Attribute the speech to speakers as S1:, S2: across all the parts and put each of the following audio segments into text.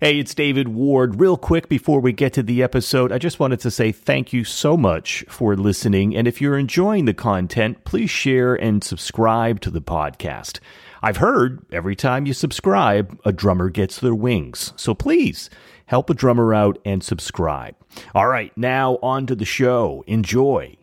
S1: Hey, it's David Ward. Real quick before we get to the episode, I just wanted to say thank you so much for listening. And if you're enjoying the content, please share and subscribe to the podcast. I've heard every time you subscribe, a drummer gets their wings. So please help a drummer out and subscribe. All right, now on to the show. Enjoy.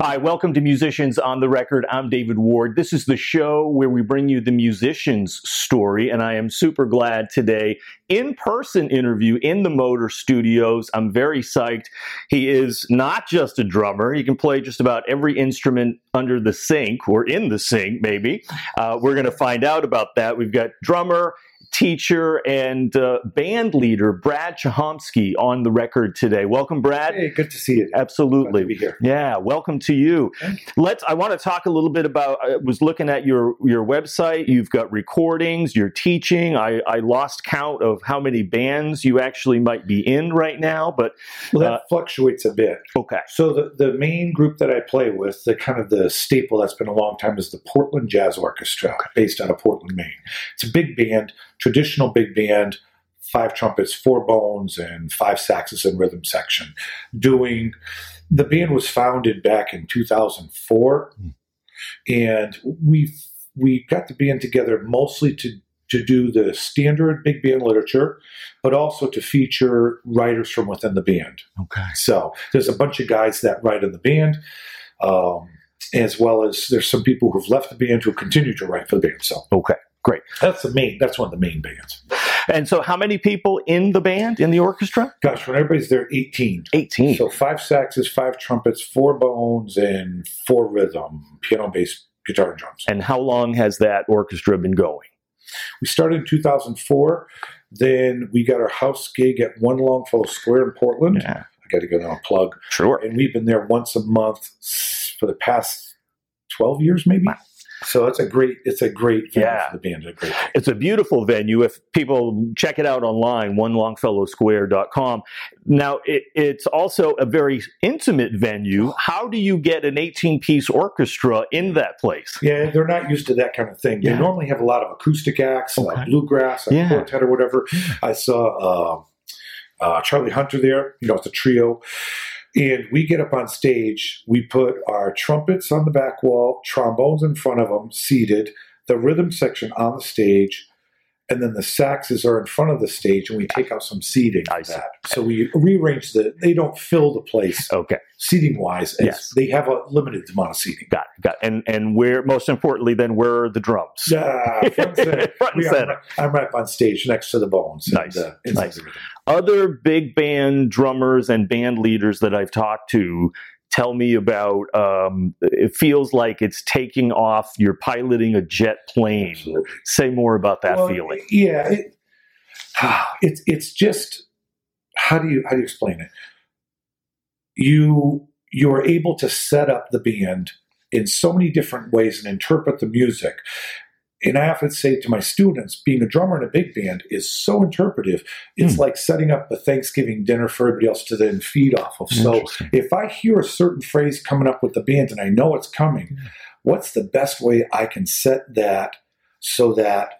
S1: Hi, welcome to Musicians on the Record. I'm David Ward. This is the show where we bring you the musician's story, and I am super glad today in person interview in the Motor Studios. I'm very psyched. He is not just a drummer, he can play just about every instrument under the sink or in the sink, maybe. Uh, we're going to find out about that. We've got drummer, teacher and uh, band leader Brad Chomsky on the record today. Welcome, Brad.
S2: Hey, good to see you. Glad to
S1: Absolutely.
S2: be here.
S1: Yeah, welcome to you.
S2: Thank
S1: Let's. I want to talk a little bit about. I was looking at your your website. You've got recordings. You're teaching. I I lost count of how many bands you actually might be in right now. But
S2: Well, that
S1: Uh,
S2: fluctuates a bit.
S1: okay.
S2: So the, the main group that I play with, the kind of the staple that's been a long time, is the Portland Jazz Orchestra, based out of Portland, Maine. It's a big band, traditional big band, five trumpets, four bones, and five saxes and rhythm section. Doing the band was founded back in 2004, and we we got the band together mostly to to do the standard big band literature, but also to feature writers from within the band.
S1: Okay.
S2: So there's a bunch of guys that write in the band, um, as well as there's some people who've left the band who continue to write for the band. So
S1: Okay. Great.
S2: that's the main. That's one of the main bands.
S1: And so, how many people in the band in the orchestra?
S2: Gosh, when everybody's there, 18.
S1: Eighteen.
S2: So five saxes, five trumpets, four bones, and four rhythm, piano, bass, guitar, and drums.
S1: and how long has that orchestra been going?
S2: We started in 2004. Then we got our house gig at One Longfellow Square in Portland.
S1: Yeah.
S2: I got to give them a plug.
S1: Sure.
S2: And we've been there once a month s- for the past 12 years, maybe. So it's a great, it's a great venue
S1: Yeah.
S2: for the band. A great
S1: It's a beautiful venue. If people check it out online, onelongfellowsquare.com. Now, it, it's also a very intimate venue. How do you get an 18 piece orchestra in that place?
S2: Yeah, they're not used to that kind of thing.
S1: Yeah.
S2: They normally have a lot of acoustic acts,
S1: Okay.
S2: uh, bluegrass, a
S1: Yeah.
S2: quartet, or whatever. I saw uh, uh, Charlie Hunter there. You know, it's a trio. And we get up on stage. We put our trumpets on the back wall, trombones in front of them, seated. The rhythm section on the stage, and then the saxes are in front of the stage, and we take out some seating.
S1: I
S2: for
S1: see.
S2: that. So we rearrange the. They don't fill the place
S1: Okay,
S2: seating wise.
S1: Yes.
S2: They have a limited amount of seating.
S1: got it, got it. And, and where, most importantly, then, where are the drums?
S2: Yeah, front and center.
S1: Front and
S2: We are-
S1: center.
S2: I'm right up on stage next to the bones.
S1: Nice,
S2: And, uh, inside
S1: nice.
S2: the rhythm.
S1: Other big band drummers and band leaders that I've talked to tell me about um, it feels like it's taking off, you're piloting a jet plane.
S2: Absolutely.
S1: Say more about that
S2: Well,
S1: feeling.
S2: Yeah, it, it's it's just how do you how do you explain it? You you are able to set up the band in so many different ways and interpret the music. And I often say to my students, being a drummer in a big band is so interpretive. It's
S1: Hmm.
S2: like setting up a Thanksgiving dinner for everybody else to then feed off of. So
S1: Interesting.
S2: if I hear a certain phrase coming up with the band and I know it's coming,
S1: Hmm.
S2: what's the best way I can set that so that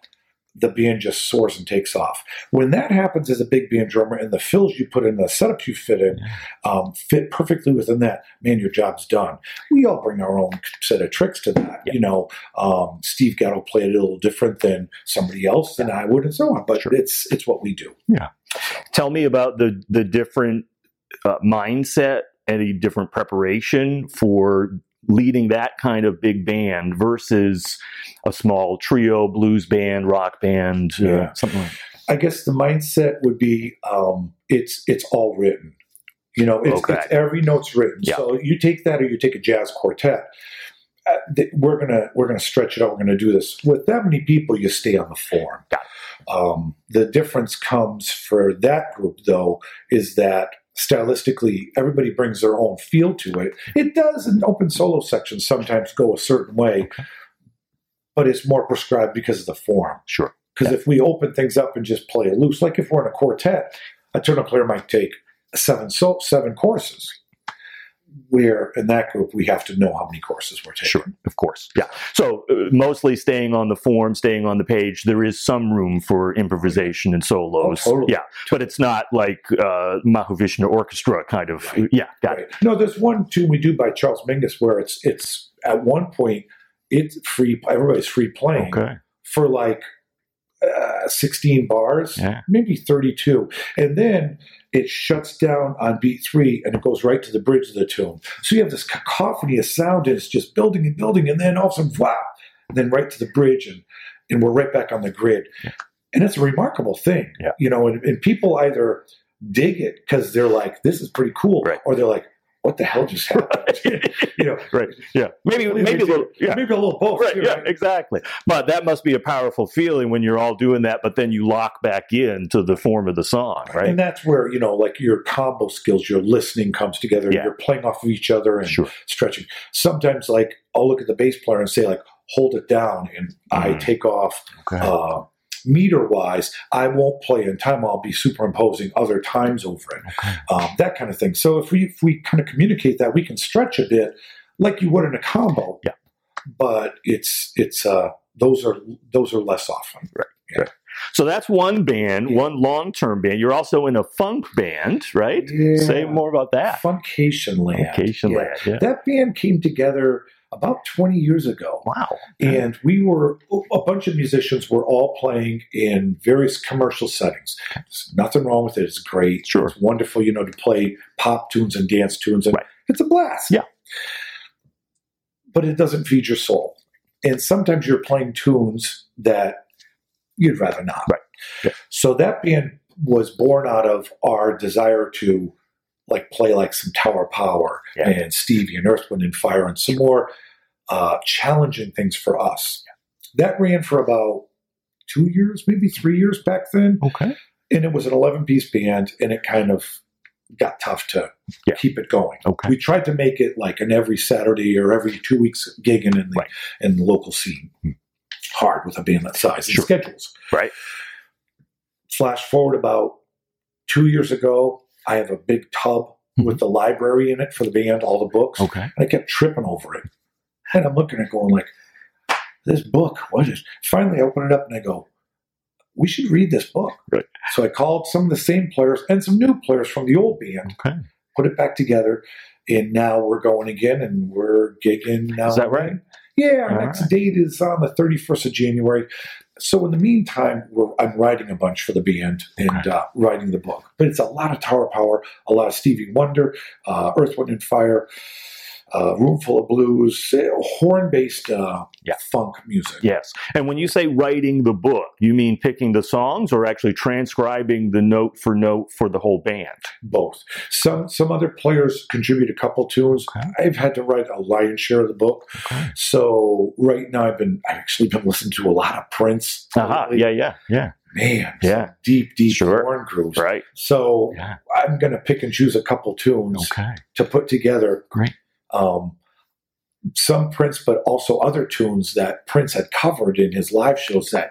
S2: the band just soars and takes off? When that happens as a big band drummer and the fills you put in, the setups you fit in, um, fit perfectly within that, man, your job's done. We all bring our own set of tricks to that.
S1: Yeah.
S2: You know, um, Steve Gatto played it a little different than somebody else than I would, and so on. But
S1: Sure.
S2: it's it's what we do.
S1: tell me about the the different uh, mindset any different preparation for leading that kind of big band versus a small trio blues band rock band uh,
S2: Yeah.
S1: something like
S2: I guess the mindset would be um, it's it's all written. You know, it's,
S1: Okay.
S2: it's every note's written.
S1: Yeah.
S2: So you take that, or you take a jazz quartet. Uh, th- we're gonna we're gonna stretch it out. We're gonna do this with that many people. You stay on the form.
S1: Got
S2: Um, the difference comes for that group though is that stylistically everybody brings their own feel to it. It does in open solo sections sometimes go a certain way, but it's more prescribed because of the form.
S1: sure
S2: Because if we open things up and just play it loose, like if we're in a quartet, a tuner player might take seven so seven courses. where in that group we have to know how many courses we're taking.
S1: Sure, of course. Yeah. So uh, mostly staying on the form, staying on the page. There is some room for improvisation and solos.
S2: Oh, totally.
S1: Yeah, but it's not like uh, Mahavishnu Orchestra kind of.
S2: Right.
S1: Yeah, got it.
S2: Right. No, there's one tune we do by Charles Mingus where it's it's at one point it's free. Everybody's free playing
S1: Okay.
S2: for like uh, 16 bars,
S1: Yeah.
S2: maybe 32, and then it shuts down on beat three and it goes right to the bridge of the tune. So you have this cacophony of sound and it's just building and building, and then all of a sudden, wow, and then right to the bridge, and and we're right back on the grid. And it's a remarkable thing,
S1: Yeah.
S2: you know. And, and people either dig it because they're like, "This is pretty cool,"
S1: Right.
S2: or they're like, "What the hell just happened?" you know,
S1: Right. Yeah. Maybe.
S2: Maybe
S1: Maybe a
S2: we do.
S1: little. Yeah.
S2: maybe a little both.
S1: Right,
S2: too,
S1: yeah,
S2: right?
S1: exactly. But that must be a powerful feeling when you're all doing that, but then you lock back in to the form of the song, right?
S2: And that's where, you know, like your combo skills, your listening comes together.
S1: Yeah.
S2: You're playing off of each other and
S1: Sure.
S2: stretching. Sometimes, like, I'll look at the bass player and say, like, hold it down. And I
S1: Mhm.
S2: take off
S1: Okay.
S2: uh, meter wise. I won't play in time. I'll be superimposing other times over it.
S1: Okay.
S2: Um, that kind of thing. So if we, if we kind of communicate that, we can stretch a bit like you would in a combo.
S1: Yeah.
S2: But it's, it's, uh, those are, those are less often.
S1: So that's one band, one long term band. You're also in a funk band, right? Say
S2: Yeah.
S1: more about that.
S2: Funcation land.
S1: Vacation
S2: Yeah.
S1: Land, yeah.
S2: That band came together about 20 years ago.
S1: Wow.
S2: And we were, a bunch of musicians were all playing in various commercial settings. There's nothing wrong with it. It's great.
S1: Sure.
S2: It's wonderful, you know, to play pop tunes and dance tunes. And
S1: Right.
S2: It's a blast.
S1: Yeah.
S2: But it doesn't feed your soul. And sometimes you're playing tunes that you'd rather not.
S1: Right. Yeah.
S2: So that band was born out of our desire to like play like some Tower Power
S1: Yeah.
S2: and Stevie and Earth, Wind and Fire and some more uh, challenging things for us. That ran for about two years, maybe three years back then,
S1: Okay.
S2: and it was an eleven-piece band, and it kind of got tough to
S1: Yeah.
S2: keep it going.
S1: Okay.
S2: We tried to make it like an every Saturday or every two weeks gigging in the
S1: Right.
S2: in the local scene.
S1: Hmm.
S2: Hard with a band that size and
S1: Sure.
S2: schedules.
S1: Right.
S2: Flash forward about two years ago, I have a big tub
S1: Mhm.
S2: with the library in it for the band, all the books.
S1: Okay.
S2: And I kept tripping over it. And I'm looking at it going like, this book, what is finally I open it up and I go, we should read this book.
S1: Right.
S2: So I called some of the same players and some new players from the old band
S1: Okay.
S2: put it back together, and now we're going again, and we're gigging now.
S1: Is that right?
S2: Yeah, our
S1: All
S2: next date is on the 31st of January. So in the meantime, we're, I'm writing a bunch for the band and
S1: Okay.
S2: uh, writing the book. But it's a lot of Tower Power, a lot of Stevie Wonder, uh, Earth, Wind, and Fire, uh, Room Full of Blues, eh, horn-based uh,
S1: Yeah.
S2: funk music.
S1: Yes. And when you say writing the book, you mean picking the songs or actually transcribing the note for note for the whole band?
S2: both. Some some other players contribute a couple tunes.
S1: Okay.
S2: I've had to write a lion's share of the book.
S1: Okay.
S2: So right now I've been I've actually been listening to a lot of Prince.
S1: Aha.
S2: lately.
S1: Yeah, yeah, yeah.
S2: Man,
S1: Uh-huh. Yeah.
S2: deep, deep
S1: Sure.
S2: horn grooves.
S1: Right.
S2: So
S1: Yeah.
S2: I'm gonna pick and choose a couple tunes
S1: Okay.
S2: to put together.
S1: Great.
S2: Um some Prince, but also other tunes that Prince had covered in his live shows that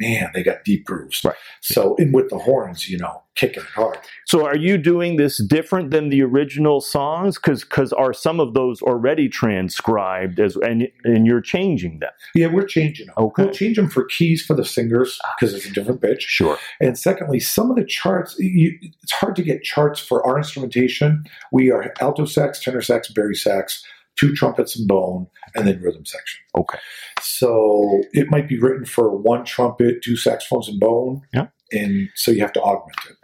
S2: man, they got deep grooves.
S1: Right.
S2: So and with the horns, you know, kicking it hard.
S1: So are you doing this different than the original songs? Because are some of those already transcribed as and and you're changing them?
S2: Yeah, we're changing them. Ah.
S1: Okay.
S2: We'll change them for keys for the singers because it's a different pitch.
S1: Sure.
S2: And secondly, some of the charts, you, it's hard to get charts for our instrumentation. We are alto sax, tenor sax, barry sax, two trumpets and bone, and then rhythm section.
S1: Okay.
S2: So it might be written for one trumpet, two saxophones and bone.
S1: Yeah.
S2: And so you have to augment it.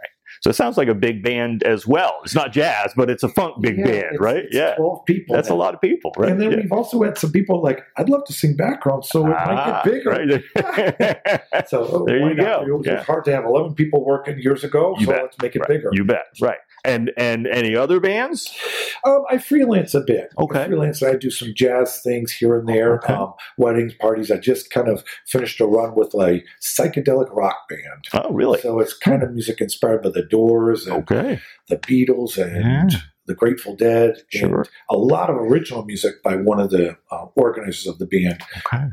S1: So it sounds like a big band as well. It's not jazz, but it's a funk big
S2: Yeah,
S1: band,
S2: it's-
S1: right?
S2: it's
S1: yeah.
S2: 12 people.
S1: That's a
S2: now.
S1: lot of people, right?
S2: And then
S1: yeah.
S2: we've also had some people like, I'd love to sing background, so it might
S1: Ah,
S2: get bigger.
S1: right.
S2: So oh,
S1: There
S2: why
S1: you
S2: not?
S1: go.
S2: It was
S1: Yeah.
S2: hard to have eleven people working years ago,
S1: You
S2: so
S1: bet.
S2: let's make it
S1: Right.
S2: bigger.
S1: you bet. Right. And and any other bands?
S2: Um, I freelance a bit.
S1: Okay.
S2: I freelance. I do some jazz things here and there,
S1: Okay.
S2: um, weddings, parties. I just kind of finished a run with a psychedelic rock band.
S1: Oh, really?
S2: So it's kind of music inspired by the Doors and
S1: Okay.
S2: the Beatles and
S1: Yeah.
S2: the Grateful Dead.
S1: Sure.
S2: And a lot of original music by one of the uh, organizers of the band.
S1: Okay.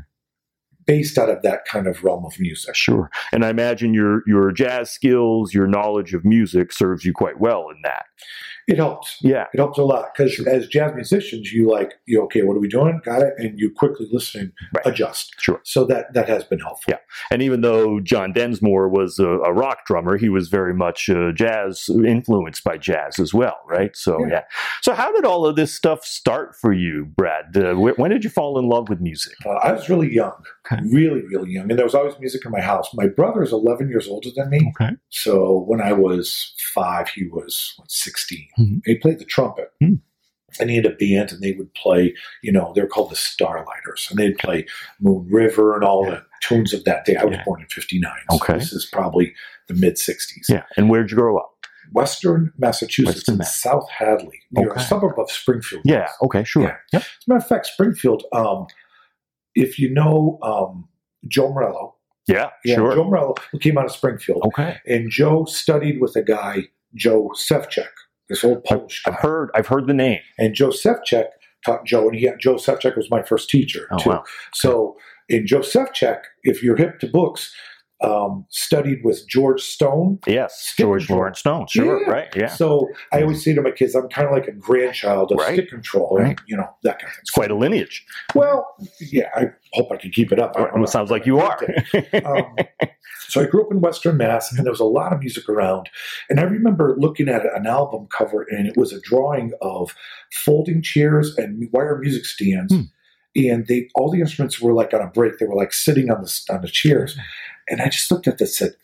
S2: based out of that kind of realm of music.
S1: Sure. And I imagine your your jazz skills, your knowledge of music serves you quite well in that.
S2: It helps.
S1: Yeah.
S2: It helps a lot because
S1: Sure.
S2: as jazz musicians, you like, you okay, what are we doing? Got it, and you quickly listen,
S1: Right.
S2: adjust.
S1: Sure.
S2: So that that has been helpful.
S1: Yeah. And even though John Densmore was a, a rock drummer, he was very much uh, jazz influenced by jazz as well, right? So yeah.
S2: Yeah.
S1: So how did all of this stuff start for you, Brad? Uh, wh- when did you fall in love with music?
S2: Uh, I was really young,
S1: Okay.
S2: really, really young, and there was always music in my house. My brother is 11 years older than me,
S1: Okay.
S2: so when I was five, he was what, 16.
S1: Mhm.
S2: He played the trumpet.
S1: Hmm.
S2: And he had a band, and they would play. You know, they were called the Starlighters, and they'd play Moon River and all the tunes of that day. I was
S1: Yeah.
S2: born in '59,
S1: Okay.
S2: so this is probably the mid '60s.
S1: Yeah. And where'd you grow up?
S2: Western Massachusetts,
S1: Western
S2: in
S1: Mass.
S2: South Hadley, near
S1: Okay.
S2: a suburb of Springfield.
S1: Yeah. Okay. Sure. Yep.
S2: As a matter of fact, Springfield, um, if you know um, Joe Morello,
S1: Yeah.
S2: yeah,
S1: sure. Oh.
S2: Joe Morello who came out of Springfield,
S1: okay.
S2: and Joe studied with a guy, Joe Sefcek, this old Polish
S1: I've
S2: guy.
S1: heard. I've heard the name.
S2: And Joe Sefcek taught Joe, and he, Joe Sefcek was my first teacher,
S1: Oh
S2: too.
S1: wow.
S2: So, in Joe Sefcek, if you're hip to books, um, studied with George Stone.
S1: Yes.
S2: Skip
S1: George
S2: control.
S1: Lawrence Stone. Sure.
S2: Yeah.
S1: Right. Yeah.
S2: So I always say to my kids, I'm kind of like a grandchild of
S1: Right.
S2: stick control, and,
S1: Right.
S2: you know that kind of thing.
S1: It's quite a lineage.
S2: Well, yeah, I hope I can keep it up. I don't
S1: Well,
S2: know.
S1: it sounds like you are.
S2: um, so I grew up in Western Mass, and there was a lot of music around. And I remember looking at an album cover, and it was a drawing of folding chairs and wire music stands.
S1: Hmm.
S2: And they all the instruments were like on a break; they were like sitting on the on the chairs. And I just looked at this, and said,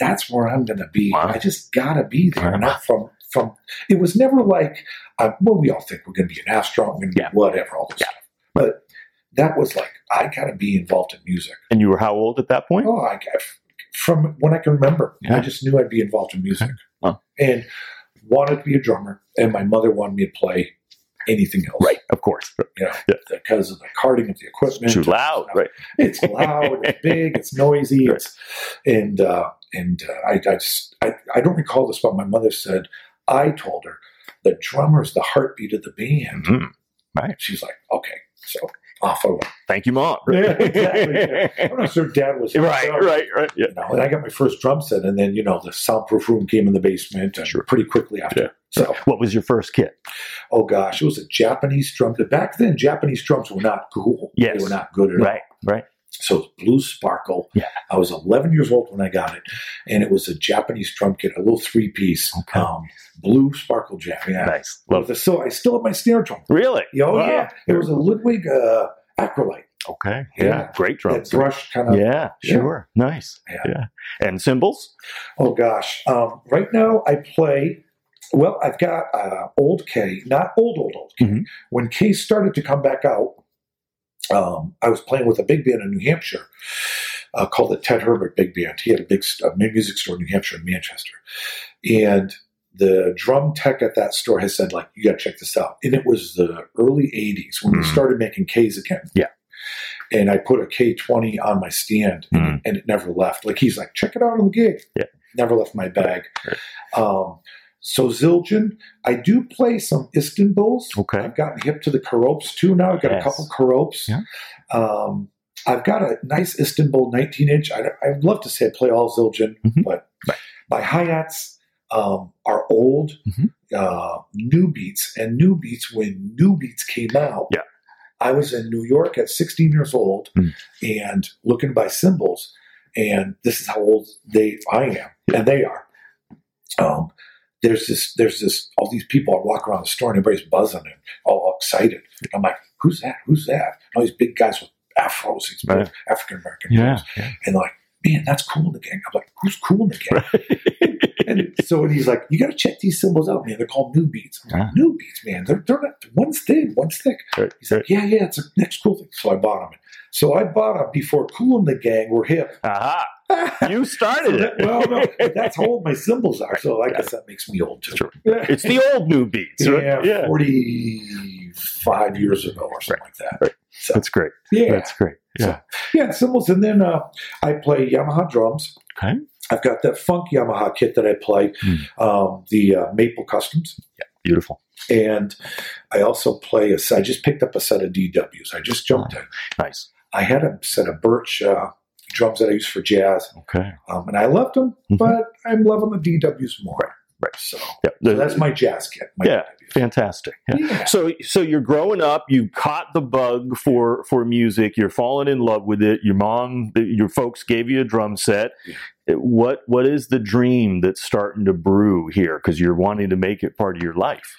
S2: "That's where I'm going to be.
S1: Wow.
S2: I just gotta be there."
S1: Wow.
S2: Not from from. It was never like, uh, well, we all think we're going to be an astronaut, we're going to
S1: Yeah.
S2: be whatever, all this
S1: Yeah.
S2: stuff. But that was like, I gotta be involved in music.
S1: and you were how old at that point?
S2: Oh, I, I- from when I can remember,
S1: Yeah.
S2: I just knew I'd be involved in music
S1: Wow.
S2: and wanted to be a drummer. And my mother wanted me to play anything else,
S1: Right. Of course.
S2: You know,
S1: Yeah.
S2: because of the carting of the equipment.
S1: Too loud. Right.
S2: It's loud. it's big. It's noisy.
S1: Right.
S2: It's and uh, and uh, I, I just I, I don't recall this, but my mother said I told her the drummer's the heartbeat of the band.
S1: Mhm.
S2: She's like, okay, so off I went.
S1: Thank you, mom.
S2: Yeah, exactly. I'm not sure Dad was
S1: right, right, right. Yeah.
S2: you know, and I got my first drum set, and then you know the soundproof room came in the basement, and
S1: Sure.
S2: pretty quickly after.
S1: Yeah.
S2: So,
S1: What was your first kit?
S2: oh gosh, it was a Japanese drum. Back then, Japanese drums were not cool.
S1: Yes.
S2: they were not good at all.
S1: Right, right.
S2: So it was Blue Sparkle.
S1: Yeah.
S2: I was 11 years old when I got it, and it was a Japanese drum kit, a little three piece,
S1: Okay.
S2: um, Blue Sparkle Jam. Yeah,
S1: Nice. Love it.
S2: With a- so I still have my snare drum.
S1: Really?
S2: Oh
S1: Wow.
S2: yeah, it was a Ludwig uh, Acrolite
S1: Okay. Yeah.
S2: Yeah.
S1: Great
S2: that
S1: drums.
S2: brushed kind of.
S1: yeah,
S2: Yeah.
S1: sure. Nice.
S2: Yeah.
S1: And cymbals?
S2: Oh gosh! Um, right now, I play. Well, I've got uh, old K, not old old old K.
S1: Mhm.
S2: When K started to come back out, um, I was playing with a big band in New Hampshire uh, called the Ted Herbert Big Band. He had a big st- a music store in New Hampshire in Manchester, and the drum tech at that store has said like, "You got to check this out." And it was the early '80s when
S1: Mhm.
S2: we started making Ks again.
S1: Yeah.
S2: And I put a K20 on my stand, and,
S1: Mhm.
S2: it, and it never left. Like he's like, "Check it out on the gig." never left my bag.
S1: Right.
S2: Um, so Zildjian, I do play some Istanbuls.
S1: Okay.
S2: I've gotten hip to the Karopes too now. I've got
S1: Yes.
S2: a couple Karopes.
S1: Yeah.
S2: Um, I've got a nice Istanbul 19 inch. I, I'd love to say I play all Zildjian,
S1: Mhm.
S2: but
S1: Right.
S2: my hi hats um, are old,
S1: Mhm.
S2: uh, new beats, and new beats when new beats came out.
S1: Yeah.
S2: I was in New York at 16 years old
S1: Mm.
S2: and looking by cymbals, and this is how old they I am and they are. Um, there's this, there's this, all these people I walk around the store and everybody's buzzing and all excited. I'm like, who's that? Who's that? And all these big guys with afros, these
S1: Right.
S2: African American
S1: yeah.
S2: and like, man, that's cool in the gang. I'm like, who's cool in the gang? and so and he's like, you got to check these symbols out, man. They're called new beats. I'm like,
S1: Ah.
S2: New beats, man. They're, they're not, one's thin, one's thick.
S1: Right,
S2: He's like, yeah, yeah, it's a next cool thing. So I bought them. So I bought them before cool in the gang were hip.
S1: Aha. You
S2: So
S1: started
S2: that-
S1: it.
S2: well, no, but that's how old my symbols are. So I guess that makes me old too.
S1: Sure. It's the old new beats, right?
S2: yeah, 45 years ago or something like that.
S1: Right.
S2: So,
S1: That's great.
S2: yeah.
S1: That's great. Yeah.
S2: Yeah, and cymbals. And then uh, I play Yamaha drums.
S1: Okay.
S2: I've got that funk Yamaha kit that I play,
S1: Hmm.
S2: um, the uh, Maple Customs.
S1: Beautiful.
S2: And I also play, a, I just picked up a set of DWs. I just jumped in.
S1: Nice.
S2: I had a set of Birch uh, drums that I use for jazz,
S1: Okay.
S2: um, and I loved them,
S1: Mhm.
S2: but I'm loving the DWs more. Right. So,
S1: Yeah.
S2: so that's my jazz kit. My
S1: Yeah. fantastic. Yeah.
S2: DWs. Yeah.
S1: So, so you're growing up. You caught the bug for for music. You're falling in love with it. Your mom, your folks gave you a drum set. What what is the dream that's starting to brew here? Because you're wanting to make it part of your life.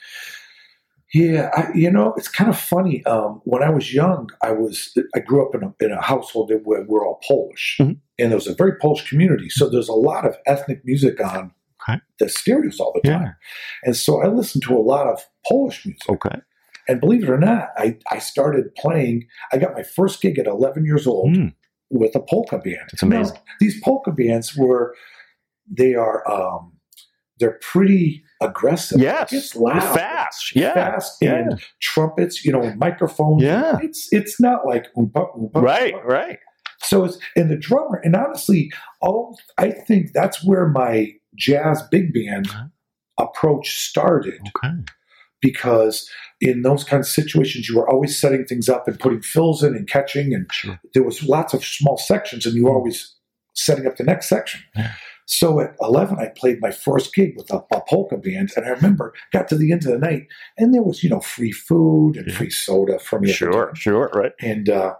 S2: Yeah, I, you know, it's kind of funny. Um, when I was young, I was I grew up in a, in a household that where we're all Polish,
S1: Mhm.
S2: and there was a very Polish community. So there's a lot of ethnic music on
S1: Okay.
S2: the stereos all the time, and so I listened to a lot of Polish music.
S1: Okay.
S2: And believe it or not, I I started playing. I got my first gig at 11 years old
S1: Mm,
S2: with a polka band.
S1: That's amazing.
S2: Now, these polka bands were they are um, they're pretty aggressive.
S1: Yes.
S2: it's loud,
S1: Fast. Yeah.
S2: fast
S1: Yeah.
S2: and trumpets, you know, and microphones.
S1: Yeah.
S2: It's it's not like oompa, oompa,
S1: Right.
S2: oompa.
S1: Right.
S2: So it's and the drummer, and honestly, all I think that's where my jazz big band
S1: Uh-huh.
S2: approach started
S1: Okay.
S2: because in those kinds of situations you were always setting things up and putting fills in and catching and
S1: Sure. Hmm.
S2: there was lots of small sections and you were always setting up the next section
S1: Yeah.
S2: so at 11 i played my first gig with a, a polka band and i remember got to the end of the night and there was you know free food and
S1: Yeah.
S2: free soda from you at the
S1: Sure.
S2: time.
S1: Sure. Right.
S2: and uh,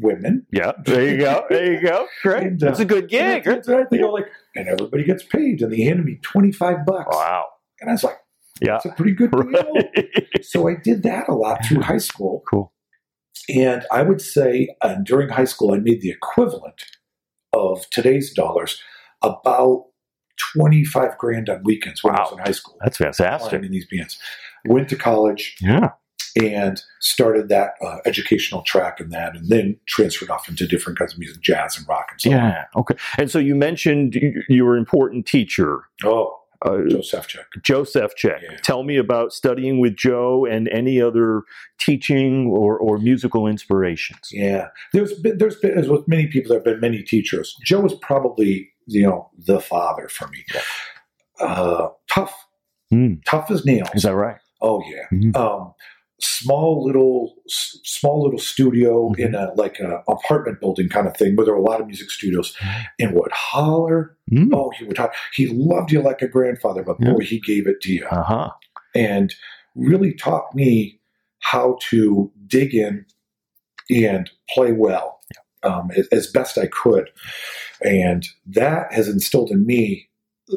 S2: women
S1: Yeah. There you go. There you go. Great.
S2: And, uh,
S1: That's a good
S2: And
S1: gig.
S2: at the end of the night, they go like and everybody gets paid and they handed me 25 bucks
S1: Wow.
S2: and i was like
S1: Yeah.
S2: that's a pretty good deal
S1: Right.
S2: so i did that a lot through high school
S1: Cool.
S2: And I would say uh, during high school, I made the equivalent of today's dollars about 25 grand on weekends when I was
S1: Wow.
S2: in high school.
S1: That's
S2: playing
S1: fantastic.
S2: In these bands. Went to college
S1: Yeah.
S2: and started that uh, educational track and that, and then transferred off into different kinds of music, jazz and rock and so on.
S1: Yeah. Okay. And so you mentioned you, you were an important teacher,
S2: Oh,
S1: uh,
S2: Joseph Check.
S1: Joseph Check.
S2: Yeah.
S1: Tell me about studying with Joe and any other teaching or, or musical inspirations.
S2: Yeah, there's been, there's been as with many people, there have been many teachers. Joe was probably you know the father for me. Uh, tough,
S1: Hmm.
S2: tough as nails.
S1: Is that right?
S2: Oh yeah.
S1: Mhm.
S2: Um, small little s- small little studio
S1: Mhm.
S2: in a like a apartment building kind of thing where there were a lot of music studios and would holler.
S1: Mm.
S2: Oh, he would holler. He loved you like a grandfather, but boy, he gave it to you
S1: Uh huh.
S2: and really taught me how to dig in and play well um, as, as best I could. And that has instilled in me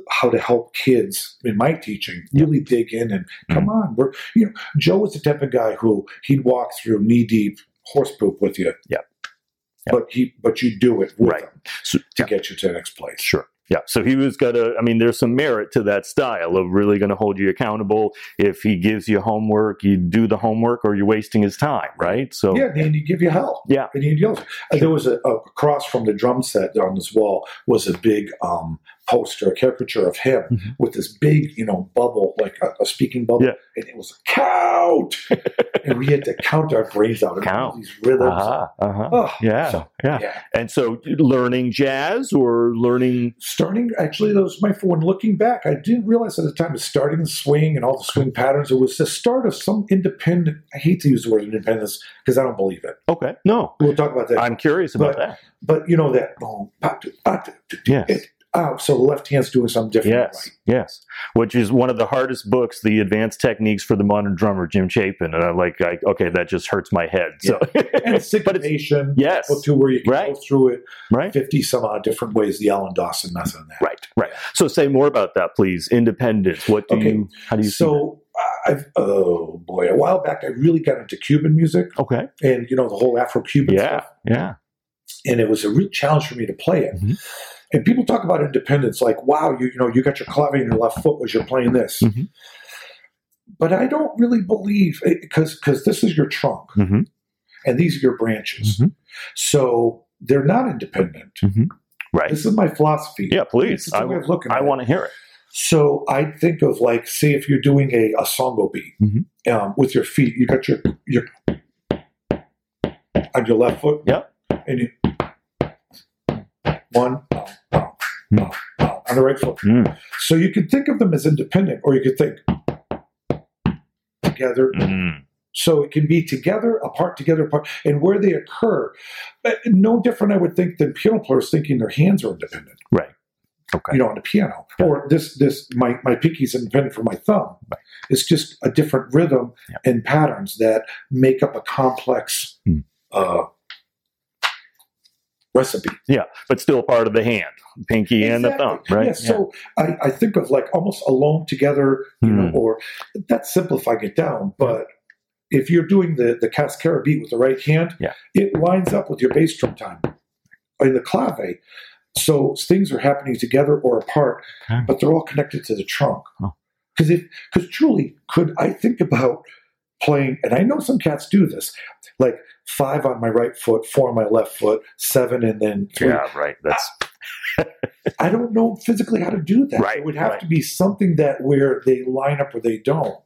S2: how to help kids in my teaching really dig in and
S1: Mm-hmm.
S2: come on. We're, you know, Joe was the type of guy who he'd walk through knee deep horse poop with you.
S1: Yeah. Yeah.
S2: But he, but you do it with
S1: Right.
S2: him
S1: So,
S2: to
S1: yeah,
S2: get you to the next place.
S1: sure. Yeah. So he was going to, I mean, there's some merit to that style of really going to hold you accountable. If he gives you homework, you do the homework or you're wasting his time, right? So,
S2: Yeah, and he'd give you hell.
S1: Yeah.
S2: and he'd yell. And Uh, There was a, a across from the drum set on this wall was a big um, poster, a caricature of him
S1: Mhm.
S2: with this big, you know, bubble like a, a speaking bubble,
S1: Yeah.
S2: and it was count, and we had to count our brains out and all
S1: Count.
S2: these rhythms.
S1: uh-huh, uh-huh.
S2: Oh,
S1: Yeah,
S2: so,
S1: yeah.
S2: yeah.
S1: And so learning jazz or learning
S2: Starting actually, that was my when looking back, I didn't realize at the time. It starting the swing and all the swing patterns. It was the start of some independent. I hate to use the word independence because I don't believe it.
S1: Okay. No,
S2: We'll talk about that.
S1: I'm curious about that.
S2: But you know that boom, pop, do, ah, do, do, do,
S1: Yes.
S2: it, ah, so the left hand's doing something different.
S1: Yes. Yes. Which is one of the hardest books, The Advanced Techniques for the Modern Drummer, Jim Chapin. And I'm like, I, okay, that just hurts my head. So,
S2: Right? And syncopation,
S1: yes.
S2: to where you can
S1: Right.
S2: go through it
S1: Right.
S2: fifty some odd different ways. The Alan Dawson method and that.
S1: Right. Right. So say more about that, please. Independence. What do
S2: Okay.
S1: you, how do you see
S2: So I've oh boy, a while back I really got into Cuban music
S1: that? Okay.
S2: and you know the whole Afro-Cuban
S1: Yeah.
S2: stuff,
S1: Yeah.
S2: and it was a real challenge for me to play it.
S1: Mhm.
S2: And people talk about independence, like wow, you you know you got your clave in your left foot was you're playing this,
S1: Mhm.
S2: but I don't really believe because because this is your trunk.
S1: Mm-hmm.
S2: and these are your branches.
S1: Mhm.
S2: So they're not independent.
S1: Right.
S2: This is my philosophy.
S1: Yeah,
S2: This
S1: please.
S2: is the
S1: I,
S2: way of looking at
S1: I
S2: it.
S1: want to hear it.
S2: So I think of like, say, if you're doing a, a songo beat
S1: Mhm.
S2: um, with your feet, you got your your on your left foot.
S1: Yep.
S2: And you one bow, bow, bow, bow, on the right foot.
S1: Mm.
S2: So you can think of them as independent, or you could think together
S1: Mm.
S2: So it can be together, apart, together, apart, and where they occur. But no different, I would think, than piano players thinking their hands are independent.
S1: Right. Okay.
S2: You know, on the piano,
S1: Yeah.
S2: or this, this, my my pinky's independent from my thumb.
S1: Right.
S2: It's just a different rhythm
S1: Yeah.
S2: and patterns that make up a complex
S1: Hmm.
S2: uh, recipe.
S1: but still part of the hand, pinky and the thumb,
S2: Exactly.
S1: right?
S2: Yeah, So I, I think of like almost alone together, you know,
S1: Hmm.
S2: or that's simplifying it down, but if you're doing the the cascara beat with the right hand,
S1: Yeah.
S2: it lines up with your bass drum time in the clave. So things are happening together or apart,
S1: Okay.
S2: but they're all connected to the trunk.
S1: Oh.
S2: Because if because truly, could I think about playing? And I know some cats do this, like five on my right foot, four on my left foot, seven, and then three.
S1: Mm-hmm. yeah, right. That's
S2: I don't know physically how to do that.
S1: Right,
S2: it would have
S1: right.
S2: to be something that where they line up or they don't.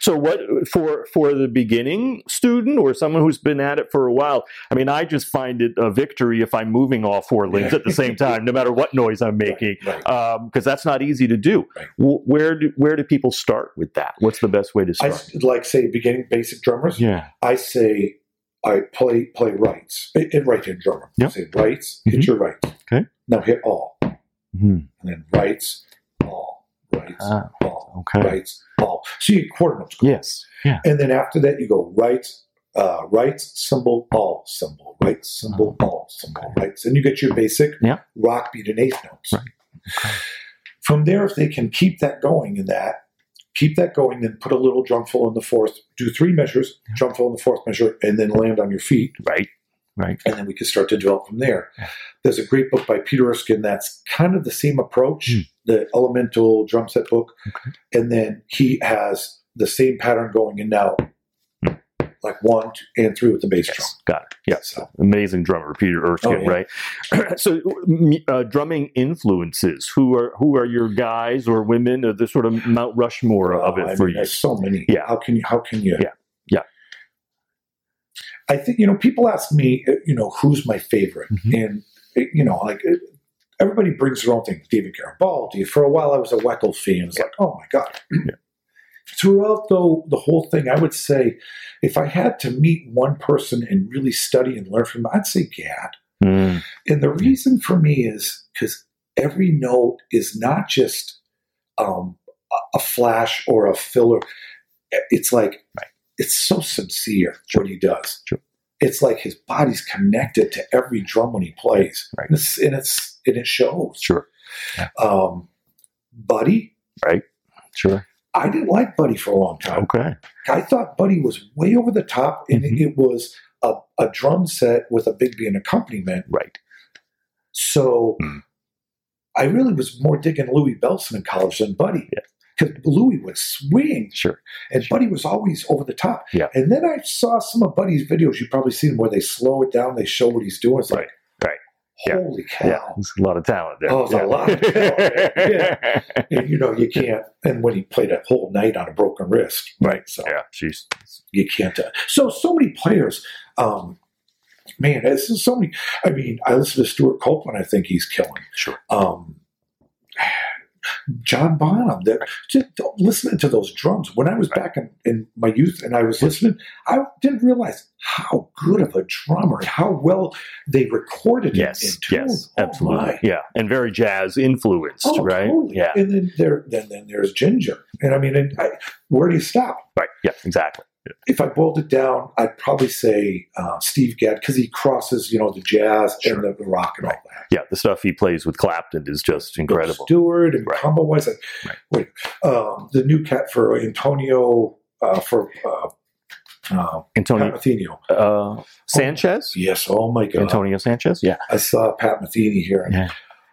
S1: So what for for the beginning student or someone who's been at it for a while? I mean, I just find it a victory if I'm moving all four limbs at the same time, no matter what noise I'm making,
S2: Right.
S1: because that's not easy to do.
S2: Right.
S1: Wh- Where do where do people start with that? What's the best way to
S2: I
S1: start?
S2: s- like say beginning basic drummers.
S1: yeah,
S2: I say I play play rights. And right hand drummer.
S1: Yep.
S2: Say rights, hit
S1: Mhm.
S2: your rights.
S1: Okay.
S2: Now hit all. And
S1: Mhm.
S2: then rights, all, rights,
S1: Ah,
S2: all,
S1: okay,
S2: rights, all. So you get quarter notes.
S1: yes, yeah,
S2: And then after that you go rights, uh, rights, symbol, all, symbol, rights, symbol,
S1: Uh-huh.
S2: all, symbol, rights. And you get your basic
S1: Yeah.
S2: rock beat and eighth notes.
S1: Right.
S2: From there, if they can keep that going in that, keep that going, then put a little drum fill in the fourth, do three measures, drum fill in the fourth measure, and then land on your feet.
S1: right, right.
S2: And then we can start to develop from there.
S1: Yeah.
S2: There's a great book by Peter Erskine that's kind of the same approach,
S1: Hmm.
S2: the elemental drum set book. And then he has the same pattern going in now, like one two, and three with the bass drum.
S1: Hmm. Yes, got it. Yeah,
S2: So
S1: amazing drummer Peter Erskine,
S2: Oh, yeah.
S1: right? so, m- uh, drumming influences. Who are who are your guys or women? Or the sort of Mount Rushmore of
S2: I
S1: it for
S2: mean,
S1: you?
S2: There's so many.
S1: Yeah.
S2: How can you? How can you?
S1: Yeah. Yeah.
S2: I think you know. People ask me, uh, you know, who's my favorite,
S1: Mhm.
S2: and uh, you know, like uh, everybody brings their own thing. David Garibaldi. For a while, I was a Weckl fan. It's like, oh my god. Throughout though the whole thing, I would say, if I had to meet one person and really study and learn from, them, I'd say Gad.
S1: Mm,
S2: And the reason for me is because every note is not just um, a- a flash or a filler. It's like it's so sincere what he does.
S1: Sure.
S2: It's like his body's connected to every drum when he plays,
S1: Right.
S2: and, it's, and it's and it shows.
S1: sure,
S2: Um, Buddy,
S1: sure.
S2: I didn't like Buddy for a long time.
S1: Okay.
S2: I thought Buddy was way over the top, and
S1: Mhm.
S2: it was a, a drum set with a big band accompaniment.
S1: Right.
S2: So
S1: Mm.
S2: I really was more digging Louis Belson in college than Buddy.
S1: Yeah.
S2: Because Louis would swing,
S1: Sure.
S2: and Buddy was always over the top.
S1: Yeah.
S2: And then I saw some of Buddy's videos. You've probably seen them where they slow it down, they show what he's doing. It's like,
S1: Right, right. Yeah.
S2: holy
S1: Yeah.
S2: cow!
S1: There's a lot of talent there.
S2: Oh, it's a
S1: yeah.
S2: lot of talent And, you know, you can't. And when he played a whole night on a broken wrist,
S1: Right.
S2: So
S1: yeah. Jeez.
S2: you can't. Uh, so so many players. Um, man, this is so many. I mean, I listen to Stuart Copeland. I think he's killing.
S1: Sure.
S2: Um, John Bonham. That just listening to those drums when I was back in, in my youth and I was listening, I didn't realize how good of a drummer and how well they recorded it in
S1: Yes.
S2: tune.
S1: Yes.
S2: Oh,
S1: Absolutely.
S2: my.
S1: Yeah. And very jazz influenced,
S2: Oh,
S1: right?
S2: totally.
S1: Yeah.
S2: And then there, then then there's Ginger, and I mean, and I, where do you stop?
S1: Right. Yeah. Exactly.
S2: if I boiled it down, I'd probably say uh, Steve Gadd because he crosses, you know, the jazz
S1: Sure.
S2: and the, the rock and all that.
S1: Yeah. The stuff he plays with Clapton is just incredible.
S2: Stewart and
S1: Right.
S2: combo wise, and
S1: Right.
S2: wait, um, the new cat for Antonio uh, for uh, uh, Pat
S1: Antonio
S2: Metheny. Oh.
S1: uh, Sanchez.
S2: Yes, oh my God,
S1: Antonio Sanchez. Yeah.
S2: I saw Pat Metheny here, and
S1: Yeah.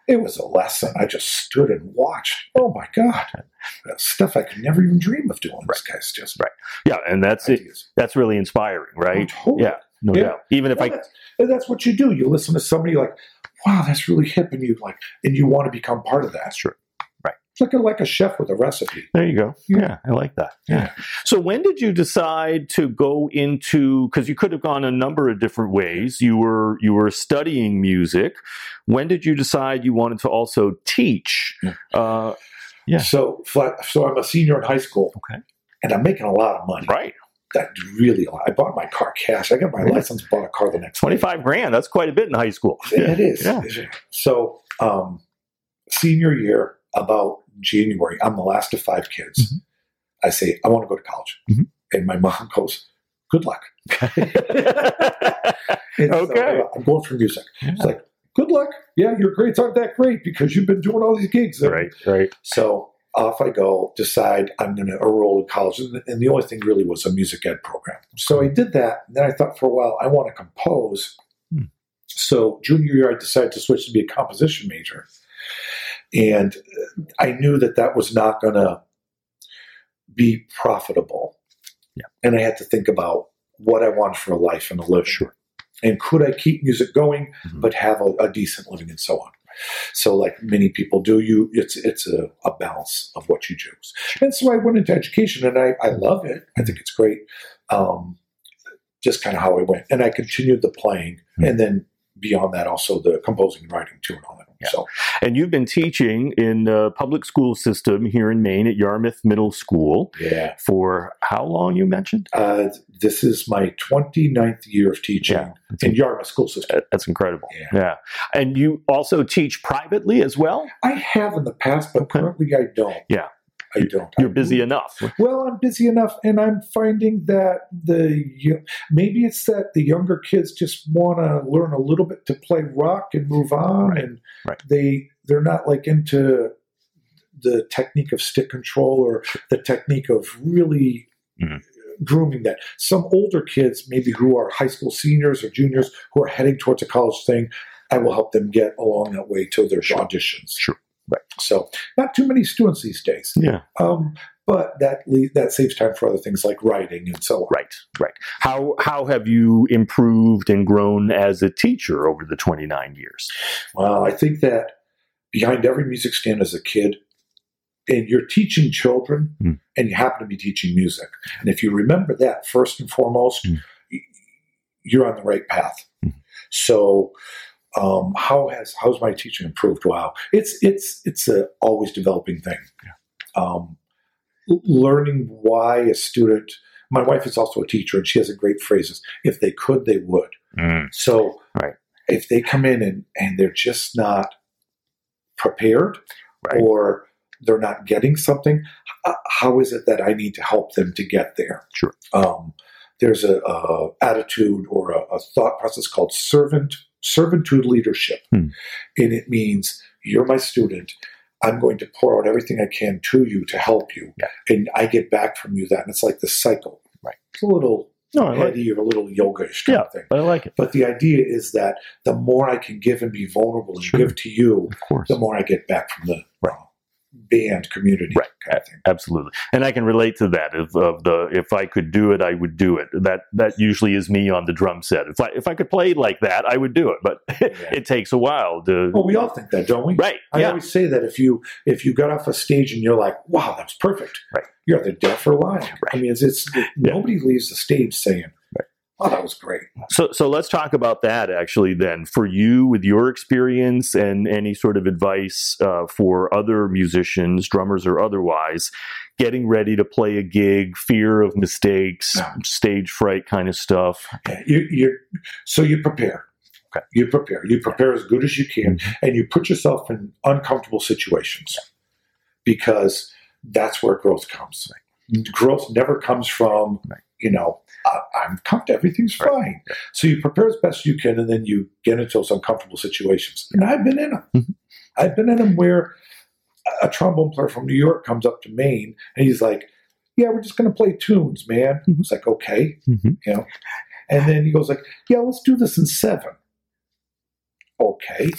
S2: it was a lesson. I just stood and watched. Oh my God, That's stuff I could never even dream of doing. This guy's just
S1: Yeah. And that's it.
S2: ideas.
S1: That's really inspiring,
S2: Oh,
S1: right?
S2: totally.
S1: Yeah. No
S2: Yeah.
S1: doubt. Even if
S2: Yeah,
S1: I
S2: that's, and that's what you do. You listen to somebody like, wow, that's really hip, and you like, and you want to become part of that.
S1: Sure. Right.
S2: It's like a, like a chef with a recipe.
S1: There you go.
S2: Yeah.
S1: Yeah, I like that.
S2: Yeah.
S1: So when did you decide to go into cuz you could have gone a number of different ways. You were you were studying music. When did you decide you wanted to also teach?
S2: Yeah.
S1: Uh, Yeah.
S2: So, flat, so I'm a senior in high school.
S1: Okay.
S2: and I'm making a lot of money.
S1: Right.
S2: That really, a lot. I bought my car cash. I got my license, bought a car the next day.
S1: 25 grand. That's quite a bit in high school.
S2: It is.
S1: Yeah.
S2: So, um, senior year, about January, I'm the last of five kids.
S1: Mhm.
S2: I say, I want to go to college.
S1: Mhm.
S2: And my mom goes, Good luck. And so,
S1: Okay.
S2: uh, I'm going for music. It's like, Good luck. Yeah, your grades aren't that great because you've been doing all these gigs.
S1: right, right.
S2: So, off I go, decide I'm going to enroll in college. And, and the only thing really was a music ed program. So, I did that. And then I thought for a while, I want to compose.
S1: Hmm.
S2: So, junior year, I decided to switch to be a composition major. And uh, I knew that that was not going to be profitable.
S1: Yeah.
S2: And I had to think about what I wanted for a life and a living.
S1: Sure.
S2: And could I keep music going?
S1: Mhm.
S2: but have a, a decent living and so on. So, like many people do, you it's it's a, a balance of what you choose. And so, I went into education, and I, I love it. I think it's great. Um, just kind of how I went, and I continued the playing,
S1: Hmm.
S2: and then beyond that, also the composing and writing too, and all that.
S1: Yeah.
S2: So,
S1: And you've been teaching in the public school system here in Maine at Yarmouth Middle School
S2: yeah,
S1: for how long you mentioned?
S2: uh, this is my 29th year of teaching
S1: Yeah.
S2: in Yarmouth school system.
S1: That- That's incredible.
S2: Uh, Yeah.
S1: And you also teach privately as well?
S2: I have in the past, but
S1: Okay.
S2: currently I don't.
S1: Yeah.
S2: I don't.
S1: You're
S2: I-
S1: busy enough.
S2: Well, I'm busy enough, and I'm finding that the yo- maybe it's that the younger kids just want to learn a little bit to play rock and move on,
S1: Right,
S2: and
S1: right.
S2: they they're not like into the technique of stick control or the technique of really
S1: Mhm.
S2: grooming that. Some older kids, maybe who are high school seniors or juniors, who are heading towards a college thing, I will help them get along that way till their auditions.
S1: Sure.
S2: Right. So, not too many students these days.
S1: Yeah.
S2: Um, but that le- that saves time for other things like writing and so on.
S1: Right, right. How how have you improved and grown as a teacher over the 29 years?
S2: Well, I think that behind every music stand as a kid, and you're teaching children,
S1: Hmm.
S2: and you happen to be teaching music. And if you remember that first and foremost,
S1: Hmm.
S2: y- you're on the right path.
S1: Hmm.
S2: So, um, how has how's my teaching improved? Wow, it's it's it's a always developing thing. Um, l- learning why a student. My wife is also a teacher, and she has a great phrases. If they could, they would.
S1: Mm.
S2: So
S1: Right.
S2: if they come in and, and they're just not prepared
S1: Right.
S2: or they're not getting something, h- how is it that I need to help them to get there?
S1: Sure.
S2: Um, there's a, a attitude or a, a thought process called servant servitude leadership,
S1: Hmm.
S2: and it means you're my student. I'm going to pour out everything I can to you to help you,
S1: Yeah.
S2: and I get back from you that. And it's like the cycle.
S1: Right.
S2: It's a little
S1: No, I like,
S2: heady or a little yoga-ish kind of thing.
S1: I like it.
S2: But the idea is that the more I can give and be vulnerable and
S1: Sure.
S2: give to you,
S1: Of course.
S2: the more I get back from the
S1: Right.
S2: uh, band community
S1: Right.
S2: kind of thing.
S1: Absolutely, and I can relate to that. Of, of the if I could do it, I would do it. That that usually is me on the drum set. If I if I could play like that, I would do it. But it takes a while to
S2: Well, we all think that, don't we?
S1: right.
S2: I
S1: yeah,
S2: always say that if you if you got off a stage and you're like, "Wow, that was perfect,"
S1: Right.
S2: you're either deaf or lying.
S1: Right.
S2: I mean, it's, it's nobody leaves the stage saying,
S1: Right.
S2: "Oh, that was great."
S1: So, so let's talk about that actually then for you with your experience and any sort of advice uh, for other musicians, drummers or otherwise, getting ready to play a gig, fear of mistakes,
S2: Yeah.
S1: stage fright kind of stuff.
S2: Yeah, you, you so you prepare.
S1: Okay. Mm-hmm.
S2: You prepare. You prepare as good as you can, and you put yourself in uncomfortable situations because that's where growth comes. Growth never comes from
S1: Right.
S2: you know I, I'm comfortable, everything's
S1: Right.
S2: fine. So you prepare as best you can, and then you get into those uncomfortable situations. And I've been in them.
S1: Mhm.
S2: I've been in them where a a trombone player from New York comes up to Maine, and he's like. Yeah, we're just going to play tunes, man.
S1: Mhm.
S2: It's like, okay.
S1: Mm-hmm.
S2: And then he goes like, "Yeah, let's do this in seven. Okay.